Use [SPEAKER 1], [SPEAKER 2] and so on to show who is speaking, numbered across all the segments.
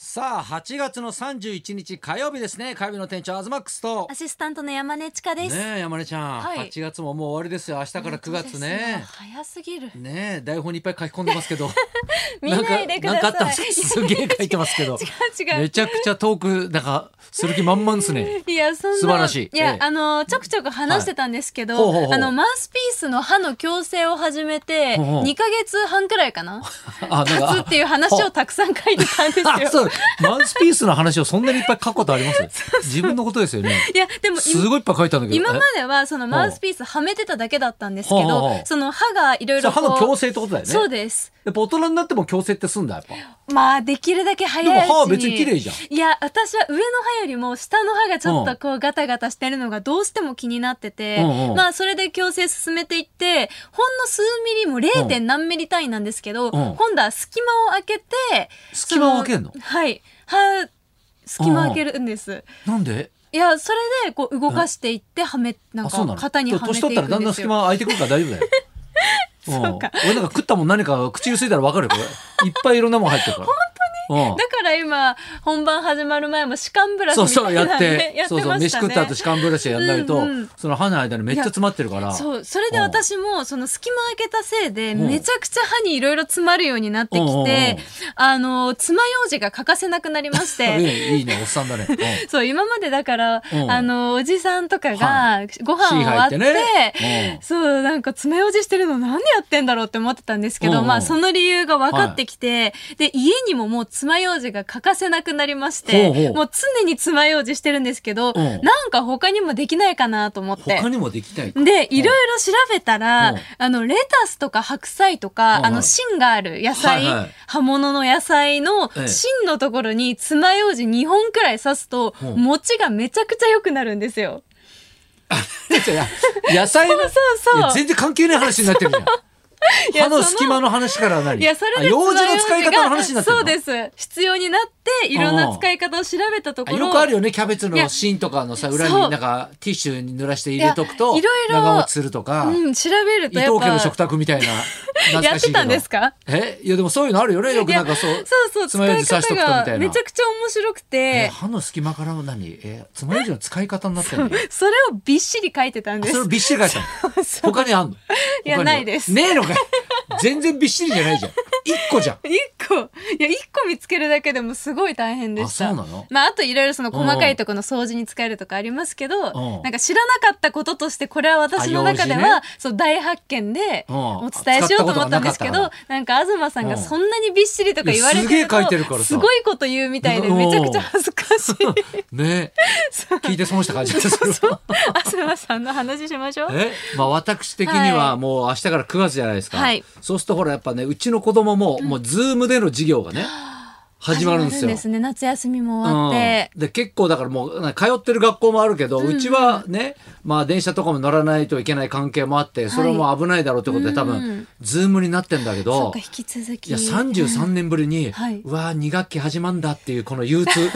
[SPEAKER 1] さあ8月の31日火曜日ですね火曜日の店長アズマックスと
[SPEAKER 2] アシスタントの山根千佳です。
[SPEAKER 1] ねえ山根ちゃん、
[SPEAKER 2] はい
[SPEAKER 1] 8月ももう終わりですよ明日から9月ね
[SPEAKER 2] 早すぎる。
[SPEAKER 1] ねえ台本にいっぱい書き込んでますけど
[SPEAKER 2] 見ないでくだ
[SPEAKER 1] んかんか あ
[SPEAKER 2] さ
[SPEAKER 1] っ
[SPEAKER 2] い。
[SPEAKER 1] たすげえ書いてますけど
[SPEAKER 2] 違う違
[SPEAKER 1] め
[SPEAKER 2] う。
[SPEAKER 1] ちゃくちゃトークなんかする気満々です ね
[SPEAKER 2] いやそんな
[SPEAKER 1] 素晴らしい
[SPEAKER 2] いや、
[SPEAKER 1] ええ
[SPEAKER 2] あのちょくちょく話してたんですけど、
[SPEAKER 1] はいほうほうほう
[SPEAKER 2] あのマウスピースの歯の矯正を始めて
[SPEAKER 1] ほうほう
[SPEAKER 2] 2ヶ月半くらいかな
[SPEAKER 1] あなん
[SPEAKER 2] 経つっていう話をたくさん書いてたんですよ
[SPEAKER 1] ああ。そうマウスピースの話をそんなにいっぱい書くことあります自分のことですよね
[SPEAKER 2] いやでも今
[SPEAKER 1] すごいいっぱい書いたんだけど
[SPEAKER 2] 今ま
[SPEAKER 1] え
[SPEAKER 2] ではそのマウスピースはめてただけだったんですけど、
[SPEAKER 1] ほうほうほう
[SPEAKER 2] その歯がいろい
[SPEAKER 1] そ
[SPEAKER 2] ろ
[SPEAKER 1] う歯の矯正ってことだよね
[SPEAKER 2] そうです。
[SPEAKER 1] やっぱ大人になっても矯正ってすんだやっぱ
[SPEAKER 2] まあできるだけ早いうち
[SPEAKER 1] で
[SPEAKER 2] に
[SPEAKER 1] も歯は別に綺麗じゃん
[SPEAKER 2] いや私は上の歯よりも下の歯がちょっとこうガタガタしてるのがどうしても気になってて、
[SPEAKER 1] うんうん
[SPEAKER 2] まあそれで矯正進めていってほんの数ミリも 0. 点何ミリ単位なんですけど、
[SPEAKER 1] ん
[SPEAKER 2] 今度は隙間を開けて
[SPEAKER 1] 隙間を開けるの
[SPEAKER 2] そはい歯隙間を開けるんです、
[SPEAKER 1] なんで
[SPEAKER 2] いやそれでこう動かしていってはめ、なん
[SPEAKER 1] あそうな
[SPEAKER 2] か
[SPEAKER 1] の
[SPEAKER 2] 型にはめていくん
[SPEAKER 1] 年取
[SPEAKER 2] で
[SPEAKER 1] った
[SPEAKER 2] す
[SPEAKER 1] ら
[SPEAKER 2] よ
[SPEAKER 1] だんだん隙間空いてくるから大丈夫 だよそうか、俺なんか食ったもん何か口ゆすいたらわかるよこれいっぱいいろんなもん入ってるから本
[SPEAKER 2] だから今本番始まる前も歯間ブラシ
[SPEAKER 1] そう
[SPEAKER 2] みた
[SPEAKER 1] そう
[SPEAKER 2] い
[SPEAKER 1] や
[SPEAKER 2] な
[SPEAKER 1] っ
[SPEAKER 2] のね
[SPEAKER 1] て
[SPEAKER 2] やって
[SPEAKER 1] そうそう
[SPEAKER 2] ま
[SPEAKER 1] 飯
[SPEAKER 2] したね
[SPEAKER 1] 食った後歯間ブラシやんないと、
[SPEAKER 2] うんうん
[SPEAKER 1] その歯の間にめっちゃ詰まってるから
[SPEAKER 2] そうそれで
[SPEAKER 1] うん
[SPEAKER 2] 私もその隙間開けたせいで
[SPEAKER 1] うん
[SPEAKER 2] めちゃくちゃ歯にいろいろ詰まるようになって
[SPEAKER 1] うんうんう
[SPEAKER 2] き
[SPEAKER 1] ん
[SPEAKER 2] てあの爪楊枝が欠かせなくなりまし
[SPEAKER 1] い
[SPEAKER 2] て。
[SPEAKER 1] いいいねおっさんだね、 うん
[SPEAKER 2] そう今までだから、
[SPEAKER 1] うん
[SPEAKER 2] あのおじさんと
[SPEAKER 1] は
[SPEAKER 2] かがご飯終わって
[SPEAKER 1] シー入ってねうん
[SPEAKER 2] そうなんか爪楊枝してるの何やってんだろうって思ってたんですけど、
[SPEAKER 1] うんうん
[SPEAKER 2] まあその理由が分かってきて、で家にももう爪楊枝が欠かせなくなりまして
[SPEAKER 1] ほうほう
[SPEAKER 2] もう常に爪楊枝してるんですけど、
[SPEAKER 1] うん
[SPEAKER 2] なんか他にもできないかなと思って
[SPEAKER 1] 他にもできない
[SPEAKER 2] で、いろいろ調べたら、
[SPEAKER 1] うん
[SPEAKER 2] あの、レタスとか白菜とか、
[SPEAKER 1] はいはい
[SPEAKER 2] あの、芯がある野菜、
[SPEAKER 1] はいはい
[SPEAKER 2] 葉物の野菜の
[SPEAKER 1] ええ
[SPEAKER 2] 芯のところに爪楊枝2本くらい刺すと、
[SPEAKER 1] うん
[SPEAKER 2] 餅がめちゃくちゃ良くなるんですよ。
[SPEAKER 1] 野菜の
[SPEAKER 2] そ
[SPEAKER 1] い
[SPEAKER 2] うそうそ
[SPEAKER 1] や
[SPEAKER 2] う。
[SPEAKER 1] 全然関係ない話になってるじゃん
[SPEAKER 2] いや
[SPEAKER 1] 歯の
[SPEAKER 2] そ
[SPEAKER 1] 隙間の話から何
[SPEAKER 2] いや、それで
[SPEAKER 1] あ用事の使い方の話になってるの
[SPEAKER 2] そうです。必要になって、いろんな使い方を調べたとこ
[SPEAKER 1] あ
[SPEAKER 2] ろ。
[SPEAKER 1] よくあるよねキャベツ
[SPEAKER 2] い
[SPEAKER 1] の
[SPEAKER 2] や
[SPEAKER 1] 芯とかのさ裏に
[SPEAKER 2] そう
[SPEAKER 1] なんかティッシュに濡らして入れとくと
[SPEAKER 2] いやいろいろ
[SPEAKER 1] 長持ちするとか、
[SPEAKER 2] うん、調べる
[SPEAKER 1] 伊
[SPEAKER 2] とや
[SPEAKER 1] 藤
[SPEAKER 2] っ
[SPEAKER 1] 家の食
[SPEAKER 2] ぱ、
[SPEAKER 1] 卓みたいな懐
[SPEAKER 2] や
[SPEAKER 1] か
[SPEAKER 2] っ
[SPEAKER 1] しいけ
[SPEAKER 2] て
[SPEAKER 1] ど
[SPEAKER 2] たんですか
[SPEAKER 1] えいやでもそういうのあるよねよくなんかそう
[SPEAKER 2] そうそう、
[SPEAKER 1] 爪楊枝
[SPEAKER 2] 使い
[SPEAKER 1] 刺しとく
[SPEAKER 2] 方
[SPEAKER 1] とみたいな
[SPEAKER 2] がめちゃくちゃ面白く
[SPEAKER 1] え
[SPEAKER 2] て、
[SPEAKER 1] 歯の隙間から何え爪楊枝の使い方になってるの
[SPEAKER 2] それをびっしり書いてたん
[SPEAKER 1] あ
[SPEAKER 2] で
[SPEAKER 1] そ
[SPEAKER 2] す
[SPEAKER 1] れを。びっしり書いたの他にあんの
[SPEAKER 2] いや
[SPEAKER 1] 他には
[SPEAKER 2] ないです
[SPEAKER 1] ねえのかい全然びっしりじゃないじゃん一個じゃん
[SPEAKER 2] 一個いや一個見つけるだけでもすごい大変でした
[SPEAKER 1] あそうなの
[SPEAKER 2] まああといろいろその細かいところの掃除に使えるとかありますけど、
[SPEAKER 1] うん
[SPEAKER 2] なんか知らなかったこととしてこれは私の中で
[SPEAKER 1] あ用事
[SPEAKER 2] は、そう大発見で
[SPEAKER 1] うん
[SPEAKER 2] お伝えしようと思ったんですけ
[SPEAKER 1] 使ったことがなか
[SPEAKER 2] ど
[SPEAKER 1] っ
[SPEAKER 2] なんか東さん
[SPEAKER 1] う
[SPEAKER 2] が
[SPEAKER 1] ん
[SPEAKER 2] そんなにびっしりとか言われ
[SPEAKER 1] いやすげ
[SPEAKER 2] て
[SPEAKER 1] え
[SPEAKER 2] る
[SPEAKER 1] 書いてるから
[SPEAKER 2] と
[SPEAKER 1] さ
[SPEAKER 2] すごいこと言うみたいでめちゃくちゃ恥ずかしい
[SPEAKER 1] ね聞いて損した感じがする
[SPEAKER 2] 東さんの話しましょう。
[SPEAKER 1] えまあ私的に
[SPEAKER 2] は
[SPEAKER 1] はいもう明日から9月じゃないですか、
[SPEAKER 2] はい
[SPEAKER 1] そうするとほらやっぱねうちの子供ももうズームでの授業がね、始まるんですよ。
[SPEAKER 2] ね夏休みも終わ
[SPEAKER 1] う
[SPEAKER 2] っ
[SPEAKER 1] ん
[SPEAKER 2] て、
[SPEAKER 1] で結構だからもう通ってる学校もあるけど、うちはね、まあ、電車とかも乗らないといけない関係もあってそれも危ないだろうということで、多
[SPEAKER 2] うんう
[SPEAKER 1] 分
[SPEAKER 2] ん
[SPEAKER 1] ズームになってんだけ
[SPEAKER 2] そ
[SPEAKER 1] ど
[SPEAKER 2] っか。引き続き
[SPEAKER 1] いや33年ぶりに、
[SPEAKER 2] はいう
[SPEAKER 1] わー2学期始まんだっていうこの憂 鬱い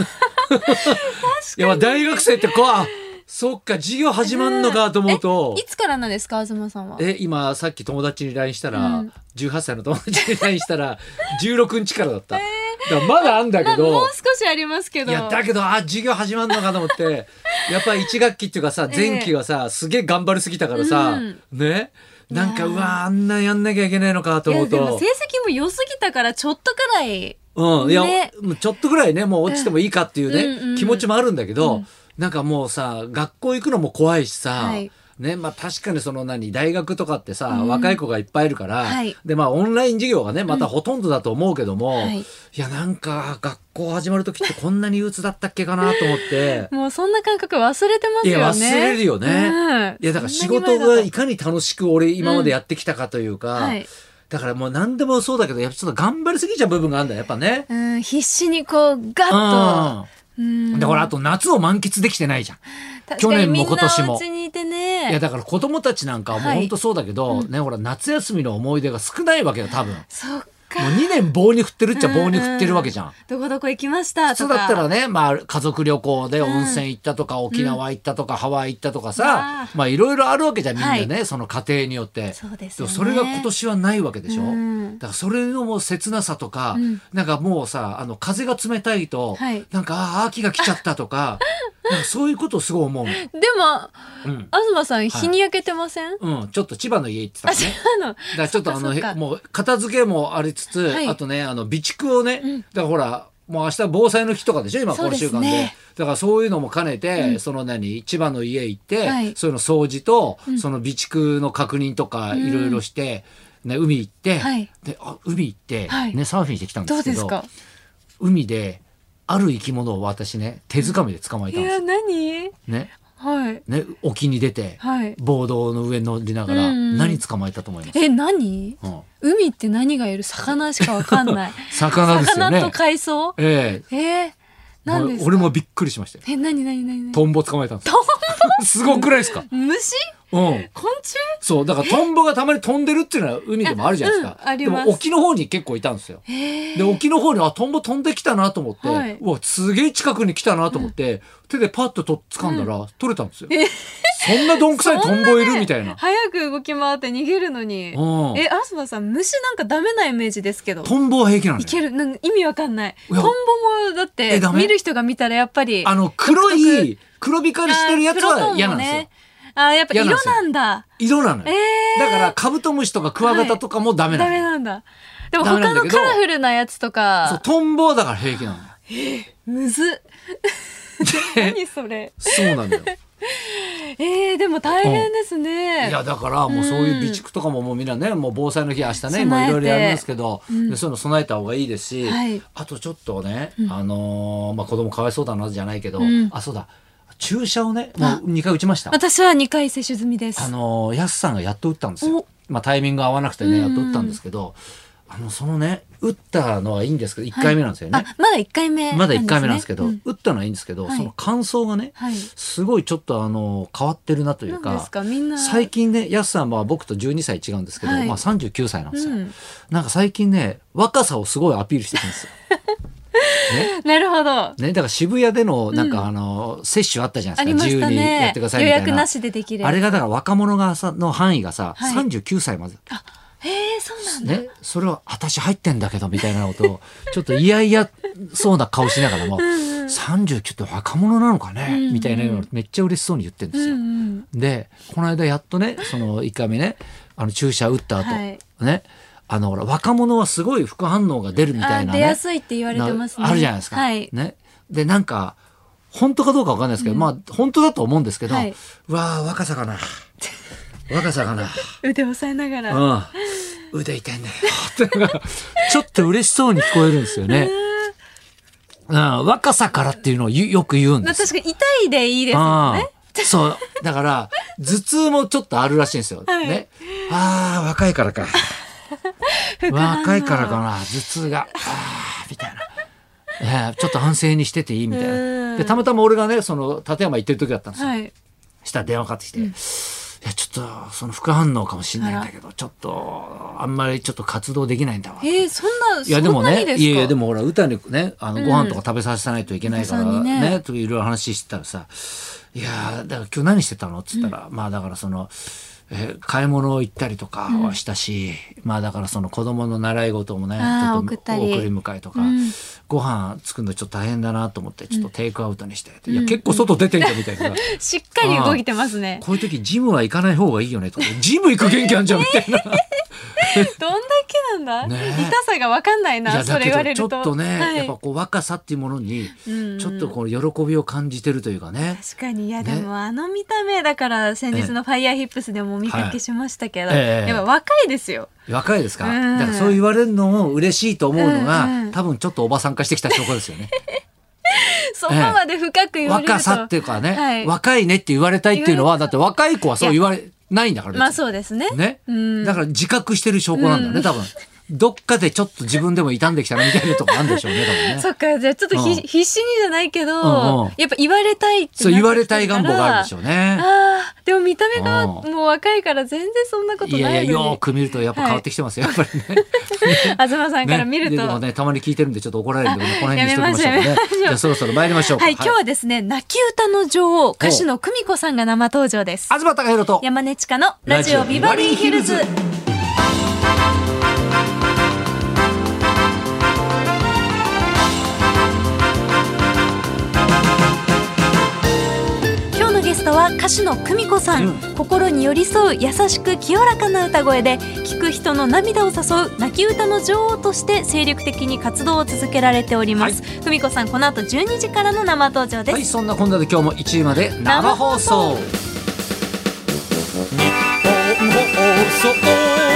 [SPEAKER 1] やまあ大学生ってこうあそっか授業始まんのかと思うと、
[SPEAKER 2] えいつからなんですか東さんは
[SPEAKER 1] え今さっき友達に LINE したら、
[SPEAKER 2] うん
[SPEAKER 1] 18歳の友達に LINE した ら16日からだった、だからまだあんだけど、
[SPEAKER 2] まあもう少しありますけど
[SPEAKER 1] いやだけどあ授業始まるのかと思ってやっぱ1学期っていうかさ
[SPEAKER 2] ええ
[SPEAKER 1] 前期はさ、すげえ頑張りすぎたからさ、
[SPEAKER 2] うん
[SPEAKER 1] ねなんか
[SPEAKER 2] いうやー
[SPEAKER 1] わあんなやんなきゃいけないのかと思う
[SPEAKER 2] いやでも
[SPEAKER 1] と
[SPEAKER 2] 成績も良すぎたからちょっとくらい
[SPEAKER 1] うんいや、
[SPEAKER 2] ね
[SPEAKER 1] もうちょっとぐらいねもう落ちてもいいかっていうね、
[SPEAKER 2] うんうんうん
[SPEAKER 1] 気持ちもあるんだけど、
[SPEAKER 2] うん
[SPEAKER 1] なんかもうさ学校行くのも怖いしさ、
[SPEAKER 2] はい
[SPEAKER 1] ねまあ、確かにその何大学とかってさ、
[SPEAKER 2] うん
[SPEAKER 1] 若い子がいっぱいいるから、
[SPEAKER 2] はい
[SPEAKER 1] でまあ、オンライン授業がねまたほとんどだと思うけども、、
[SPEAKER 2] はいい
[SPEAKER 1] やなんか学校始まる時ってこんなに憂鬱だったっけかなと思って。
[SPEAKER 2] もう そんな感覚忘れてますよね
[SPEAKER 1] いや忘れるよね
[SPEAKER 2] うん
[SPEAKER 1] いやだから仕
[SPEAKER 2] そんなに
[SPEAKER 1] 事
[SPEAKER 2] 前だ
[SPEAKER 1] が
[SPEAKER 2] と
[SPEAKER 1] いかに楽しく俺今までやってきたかというか、
[SPEAKER 2] はい
[SPEAKER 1] だからもう何でもそうだけどやっぱちょっと頑張りすぎちゃう部分があるんだよやっぱね。
[SPEAKER 2] うん必死にこうガッと
[SPEAKER 1] うん、だからあと夏を満喫できてないじゃん。
[SPEAKER 2] 確かに
[SPEAKER 1] 去年も今年も
[SPEAKER 2] みんなお家にいて
[SPEAKER 1] いや
[SPEAKER 2] ね
[SPEAKER 1] だから子供たちなんかはもう
[SPEAKER 2] はい
[SPEAKER 1] 本当そうだけど、ねほら夏休みの思い出が少ないわけよ多分。
[SPEAKER 2] そっ
[SPEAKER 1] もう2年棒に振ってるっちゃ棒に振ってるわけじゃん。
[SPEAKER 2] どこどこ行きました
[SPEAKER 1] 普
[SPEAKER 2] と
[SPEAKER 1] 通
[SPEAKER 2] か
[SPEAKER 1] だったらね、まあ、家族旅行で温泉行ったとか、沖縄行ったとか、ハワイ行ったとかさ、まあ、いろいろあるわけじゃん、みんなね、その家庭によって。
[SPEAKER 2] そうです
[SPEAKER 1] で
[SPEAKER 2] よ
[SPEAKER 1] も
[SPEAKER 2] ね
[SPEAKER 1] それが今年はないわけでしょ。
[SPEAKER 2] うん
[SPEAKER 1] だから、それのもう切なさとか、なんかもうさ、あの、風が冷たいと、
[SPEAKER 2] はい
[SPEAKER 1] なんか、ああ、秋が来ちゃったと か、なんかそういうことをすごい思うの。
[SPEAKER 2] でも
[SPEAKER 1] うん。
[SPEAKER 2] 東さん日に焼けてません、
[SPEAKER 1] うん、ちょっと千葉の家行ってた
[SPEAKER 2] あ
[SPEAKER 1] の
[SPEAKER 2] 違
[SPEAKER 1] ね。
[SPEAKER 2] うの
[SPEAKER 1] だからちょっとあ
[SPEAKER 2] そっか
[SPEAKER 1] の
[SPEAKER 2] そっか
[SPEAKER 1] もう片付けもありつつ、
[SPEAKER 2] はい
[SPEAKER 1] あとねあの備蓄をね、
[SPEAKER 2] ん
[SPEAKER 1] だからほらもう明日防災の日とかでしょ今
[SPEAKER 2] そう
[SPEAKER 1] 今
[SPEAKER 2] です
[SPEAKER 1] 週間
[SPEAKER 2] ね
[SPEAKER 1] でだからそういうのも兼ねて、
[SPEAKER 2] うん
[SPEAKER 1] その何千葉の家行って、
[SPEAKER 2] はい
[SPEAKER 1] そういうの掃除と、
[SPEAKER 2] ん
[SPEAKER 1] その備蓄の確認とか
[SPEAKER 2] ん
[SPEAKER 1] いろいろして、ね、海行って、
[SPEAKER 2] はい
[SPEAKER 1] であ海行って、
[SPEAKER 2] はい
[SPEAKER 1] ね、サーフィンしてきたんです
[SPEAKER 2] どう
[SPEAKER 1] け
[SPEAKER 2] です
[SPEAKER 1] ど
[SPEAKER 2] か
[SPEAKER 1] 海である生き物を私ね手づかみで捕まえ
[SPEAKER 2] い
[SPEAKER 1] たんです
[SPEAKER 2] や
[SPEAKER 1] よ。
[SPEAKER 2] 何
[SPEAKER 1] ね
[SPEAKER 2] はい
[SPEAKER 1] ね、沖に出て、
[SPEAKER 2] はい
[SPEAKER 1] ボードの上に乗りながら、
[SPEAKER 2] うん
[SPEAKER 1] 何捕まえたと思います、
[SPEAKER 2] え何
[SPEAKER 1] うん
[SPEAKER 2] 海って何がいる魚しかわかん ない
[SPEAKER 1] 魚ですよね。
[SPEAKER 2] 魚と海藻
[SPEAKER 1] ええ
[SPEAKER 2] えー、何ですか
[SPEAKER 1] 俺もびっくりしましたよ。
[SPEAKER 2] え何何何何
[SPEAKER 1] トンボ捕まえたんですよ。すごくないですか
[SPEAKER 2] 虫
[SPEAKER 1] うん。
[SPEAKER 2] 昆虫
[SPEAKER 1] そう、だからトンボがたまに飛んでるっていうのは海でもあるじゃないですか。
[SPEAKER 2] うんあり
[SPEAKER 1] で
[SPEAKER 2] ます
[SPEAKER 1] も沖の方に結構いたんですよ。
[SPEAKER 2] えー、
[SPEAKER 1] で、沖の方に、あ、トンボ飛んできたなと思って、
[SPEAKER 2] はいう
[SPEAKER 1] わ、すげえ近くに来たなと思って、手でパッとと掴んだら、取れたんですよ。そんなどんくさいトンボいるみたいな。
[SPEAKER 2] 早く動き回って逃げるのに
[SPEAKER 1] うん
[SPEAKER 2] えアスバさん虫なんかダメなイメージですけど
[SPEAKER 1] トンボは平気なの
[SPEAKER 2] い
[SPEAKER 1] よ。
[SPEAKER 2] けるなんか意味わかんない
[SPEAKER 1] い
[SPEAKER 2] トン
[SPEAKER 1] や
[SPEAKER 2] ボもだって
[SPEAKER 1] えダメ
[SPEAKER 2] 見る人が見たらやっぱり
[SPEAKER 1] あの、黒い、黒光りしてるやつ
[SPEAKER 2] あープロトン
[SPEAKER 1] は
[SPEAKER 2] も
[SPEAKER 1] 嫌なんですよ
[SPEAKER 2] ね。あーやっぱ
[SPEAKER 1] 嫌
[SPEAKER 2] 色
[SPEAKER 1] なんですよ
[SPEAKER 2] なんだ
[SPEAKER 1] 色なのよ。
[SPEAKER 2] えー
[SPEAKER 1] だから、カブトムシとかクワガタとかもダメな
[SPEAKER 2] ダ
[SPEAKER 1] の
[SPEAKER 2] メ
[SPEAKER 1] よ。
[SPEAKER 2] なんだでも
[SPEAKER 1] ダメな
[SPEAKER 2] 他
[SPEAKER 1] んだ
[SPEAKER 2] の
[SPEAKER 1] けど
[SPEAKER 2] カラフルなやつと
[SPEAKER 1] そう、
[SPEAKER 2] か
[SPEAKER 1] トンボはだから平気なのよ。
[SPEAKER 2] むず
[SPEAKER 1] で
[SPEAKER 2] 何それ
[SPEAKER 1] そうなんだ よ。
[SPEAKER 2] えー、でも大変ですね
[SPEAKER 1] いやだからもうそういう備蓄とかももうみんなねもう防災の日明日
[SPEAKER 2] 備
[SPEAKER 1] ね
[SPEAKER 2] えて
[SPEAKER 1] もういろいろやりますけど、
[SPEAKER 2] うん
[SPEAKER 1] でそういうの備えた方がいいですし、
[SPEAKER 2] はい
[SPEAKER 1] あとちょっとね、あのーまあ、子供かわいそうだなじゃないけど、
[SPEAKER 2] うん
[SPEAKER 1] あそうだ注射をねもう2回打ちました。
[SPEAKER 2] 私は2回接種済みです
[SPEAKER 1] あのーやすさんがやっと打ったんですよ
[SPEAKER 2] お。
[SPEAKER 1] まあ、タイミング合わなくてね
[SPEAKER 2] う
[SPEAKER 1] や
[SPEAKER 2] ん
[SPEAKER 1] っと打ったんですけど、あのそのね打ったのはいいんですけど1回目なんですよね。
[SPEAKER 2] あまだ1回目
[SPEAKER 1] まだ1回目なんですけど、
[SPEAKER 2] ね
[SPEAKER 1] 打ったのはいいんですけど、
[SPEAKER 2] はい
[SPEAKER 1] その感想がね、
[SPEAKER 2] はい、
[SPEAKER 1] すごいちょっとあの変わってるなといううん
[SPEAKER 2] なん
[SPEAKER 1] か
[SPEAKER 2] ですかみんな
[SPEAKER 1] 最近ねやすさんは僕と12歳違うんですけど、
[SPEAKER 2] はい
[SPEAKER 1] まあ、39歳なんですよ、
[SPEAKER 2] うん
[SPEAKER 1] なんか最近ね若さをすごいアピールしてるんですよ。 ね
[SPEAKER 2] なるほど
[SPEAKER 1] ね、だから渋谷でのなん
[SPEAKER 2] うん
[SPEAKER 1] かあの、接種あったじゃな
[SPEAKER 2] あ
[SPEAKER 1] いで
[SPEAKER 2] り
[SPEAKER 1] すか自
[SPEAKER 2] ました
[SPEAKER 1] 由にやっ
[SPEAKER 2] ね
[SPEAKER 1] てください
[SPEAKER 2] 予
[SPEAKER 1] みたい
[SPEAKER 2] 約
[SPEAKER 1] な
[SPEAKER 2] なしでできる
[SPEAKER 1] あれがだから若者がさの範囲がさ、
[SPEAKER 2] はい
[SPEAKER 1] 39歳まで、
[SPEAKER 2] えー、そうなんだ、
[SPEAKER 1] ね、それは私入ってんだけどみたいなことを ちょっといやいやそうな顔しながらも
[SPEAKER 2] ん
[SPEAKER 1] 39って若者なのかね、
[SPEAKER 2] うんうん
[SPEAKER 1] みたいなのをめっちゃ嬉しそうに言ってるんで
[SPEAKER 2] う
[SPEAKER 1] すよ。
[SPEAKER 2] んうん
[SPEAKER 1] でこの間やっとねその1回目ねあの注射打った後、
[SPEAKER 2] はい
[SPEAKER 1] ねあのほら若者はすごい副反応が出るみたい
[SPEAKER 2] あ
[SPEAKER 1] なね
[SPEAKER 2] 出やすいって言われてますね
[SPEAKER 1] なあるじゃないですか。
[SPEAKER 2] はい、
[SPEAKER 1] ね、でなんか本当かどうかわかんないですけど、まあ本当だと思うんですけど、
[SPEAKER 2] はいう
[SPEAKER 1] わー若さかな若さかな、
[SPEAKER 2] 腕押さえながら、
[SPEAKER 1] うん、腕痛いんだよってのがちょっと嬉しそうに聞こえるんですよね。うん、若さからっていうのをゆよく言うんですよ
[SPEAKER 2] 確かに痛いでいいですよね
[SPEAKER 1] ああそう。だから、頭痛もちょっとあるらしいんですよ。
[SPEAKER 2] はい
[SPEAKER 1] ね。ああ、若いからか。
[SPEAKER 2] 副反応
[SPEAKER 1] 若いからかな。頭痛が。ああ、みたいな。えーちょっと安静にしてていいみたいうな。
[SPEAKER 2] ん
[SPEAKER 1] で、たまたま俺がね、その、立山行ってる時だったんですよ。
[SPEAKER 2] はい
[SPEAKER 1] したら電話かかってきて。いやちょっとその副反応かもしれないんだけどちょっとあんまりちょっと活動できないんだわ
[SPEAKER 2] えー、そんない
[SPEAKER 1] やでも
[SPEAKER 2] そんなに
[SPEAKER 1] ね
[SPEAKER 2] ですか
[SPEAKER 1] いやいやでもほら歌にねあのご飯とか食べさせないといけないから
[SPEAKER 2] お子さんに
[SPEAKER 1] ね,、
[SPEAKER 2] ね
[SPEAKER 1] といろいろ話してたらさ「いやーだから今日何してたの?」っつったら、まあだからその、えー買い物行ったりとかはしたし、まあだからその子供の習い事もねち
[SPEAKER 2] あー
[SPEAKER 1] ょ
[SPEAKER 2] 送
[SPEAKER 1] と
[SPEAKER 2] ったり
[SPEAKER 1] 送り迎えとか、
[SPEAKER 2] うん
[SPEAKER 1] ご飯作るのちょっと大変だなと思ってちょっとテイクアウトにして、いや結構外出てんじゃんみたいな。
[SPEAKER 2] しっかり動いてますね
[SPEAKER 1] こういう時ジムは行かない方がいいよねとか ジム行く元気あんじゃんみた いな。
[SPEAKER 2] どんだけなんだ、
[SPEAKER 1] ね
[SPEAKER 2] 痛さがわかんない
[SPEAKER 1] い
[SPEAKER 2] な
[SPEAKER 1] や
[SPEAKER 2] それ言われる
[SPEAKER 1] ちょ
[SPEAKER 2] と
[SPEAKER 1] っとね、
[SPEAKER 2] はい
[SPEAKER 1] やっぱこう若さっていうものに
[SPEAKER 2] うん
[SPEAKER 1] ちょっとこう喜びを感じてるというかね。
[SPEAKER 2] 確かにいやで
[SPEAKER 1] ね
[SPEAKER 2] もあの見た目だから先日の「ファイヤーヒップスでもお見かけしましたけど、
[SPEAKER 1] はいええ
[SPEAKER 2] やっぱ若いですよ
[SPEAKER 1] 若いですか、
[SPEAKER 2] うん
[SPEAKER 1] だからそう言われるのも嬉しいと思うのが、
[SPEAKER 2] うんうん
[SPEAKER 1] 多分ちょっとおばさん化してきた証拠ですよね。
[SPEAKER 2] そこまで深 く言われると、
[SPEAKER 1] 若さっていうかね、
[SPEAKER 2] はい
[SPEAKER 1] 若いねって言われたいっていうのはだって若い子はそう言われないんだから別に
[SPEAKER 2] まあそうですね
[SPEAKER 1] ね、
[SPEAKER 2] うん
[SPEAKER 1] だから自覚してる証拠なんだよね、多分。どっかでちょっと自分でも傷んできたなみたいなとこあるんでしょうね、多分ね。
[SPEAKER 2] そっかじゃあちょっとひ、
[SPEAKER 1] うん
[SPEAKER 2] 必死にじゃないけど、
[SPEAKER 1] うんうん
[SPEAKER 2] やっぱ言われたいってなってきてるから
[SPEAKER 1] そう、言われたい願望があるでしょうね。
[SPEAKER 2] あーでも見た目が
[SPEAKER 1] う
[SPEAKER 2] もう若いから全然そんなこと
[SPEAKER 1] い
[SPEAKER 2] な
[SPEAKER 1] や
[SPEAKER 2] いの
[SPEAKER 1] い
[SPEAKER 2] に
[SPEAKER 1] や、よーく見るとやっぱ変わってきてますよ、やっぱり ね。
[SPEAKER 2] 東さんか
[SPEAKER 1] ね
[SPEAKER 2] ら見ると、
[SPEAKER 1] でもね、たまに聞いてるんでちょっと怒られるんで、この辺にしておきましょうか
[SPEAKER 2] やめ
[SPEAKER 1] ね
[SPEAKER 2] ましょうやめましょ。う
[SPEAKER 1] じゃあそろそろ参りましょうか。
[SPEAKER 2] はい、今日はですね、泣き歌の女王、歌手の久美子さんが生登場です。
[SPEAKER 1] 東隆弘と。
[SPEAKER 2] 山根千佳のラジオビバリーヒルズ。今日のゲストは歌手の久美子さん、
[SPEAKER 1] う
[SPEAKER 2] 心に寄り添う優しく清らかな歌声で聴く人の涙を誘う泣き歌の女王として精力的に活動を続けられております、久美子さんこの後12時からの生登場です、
[SPEAKER 1] はい、そんなこんなで今日も1時まで生放送。日本放送